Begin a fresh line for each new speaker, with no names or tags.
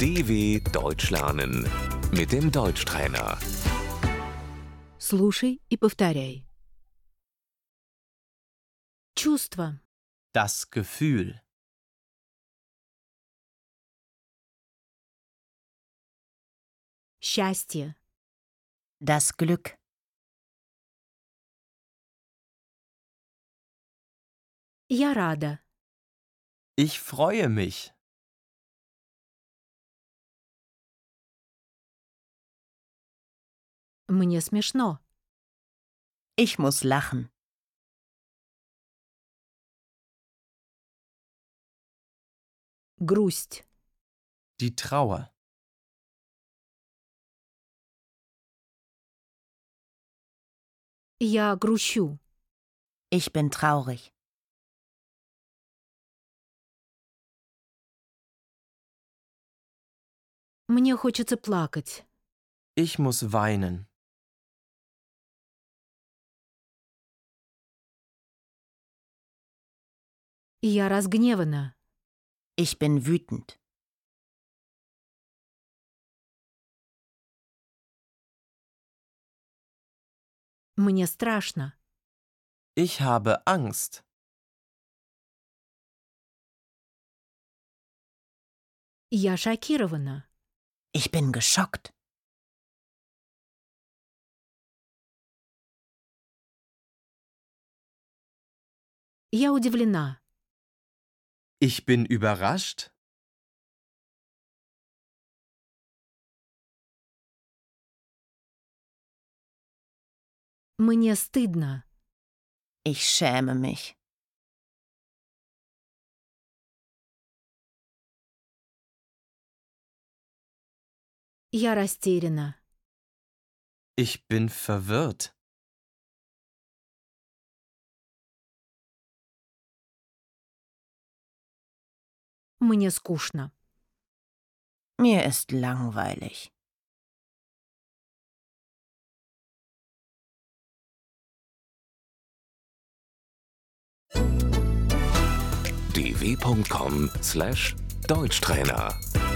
DW Deutsch lernen mit dem Deutschtrainer.
Слушай и повторяй. Чувство.
Das Gefühl.
Счастье.
Das Glück,
Я рада.
Ich freue mich.
Мне смешно.
ich muss lachen,
Грусть.
Die Trauer.
Я грущу.
ich bin traurig,
Мне хочется плакать.
Ich muss weinen.
Я разгневана.
ich bin wütend,
Мне страшно.
Ich habe Angst.
Я шокирована.
ich bin geschockt,
Я удивлена.
Ich bin überrascht.
Мне стыдно.
ich schäme mich,
Я растеряна.
Ich bin verwirrt.
Мне скучно.
mir ist langweilig.
dw.com/deutschtrainer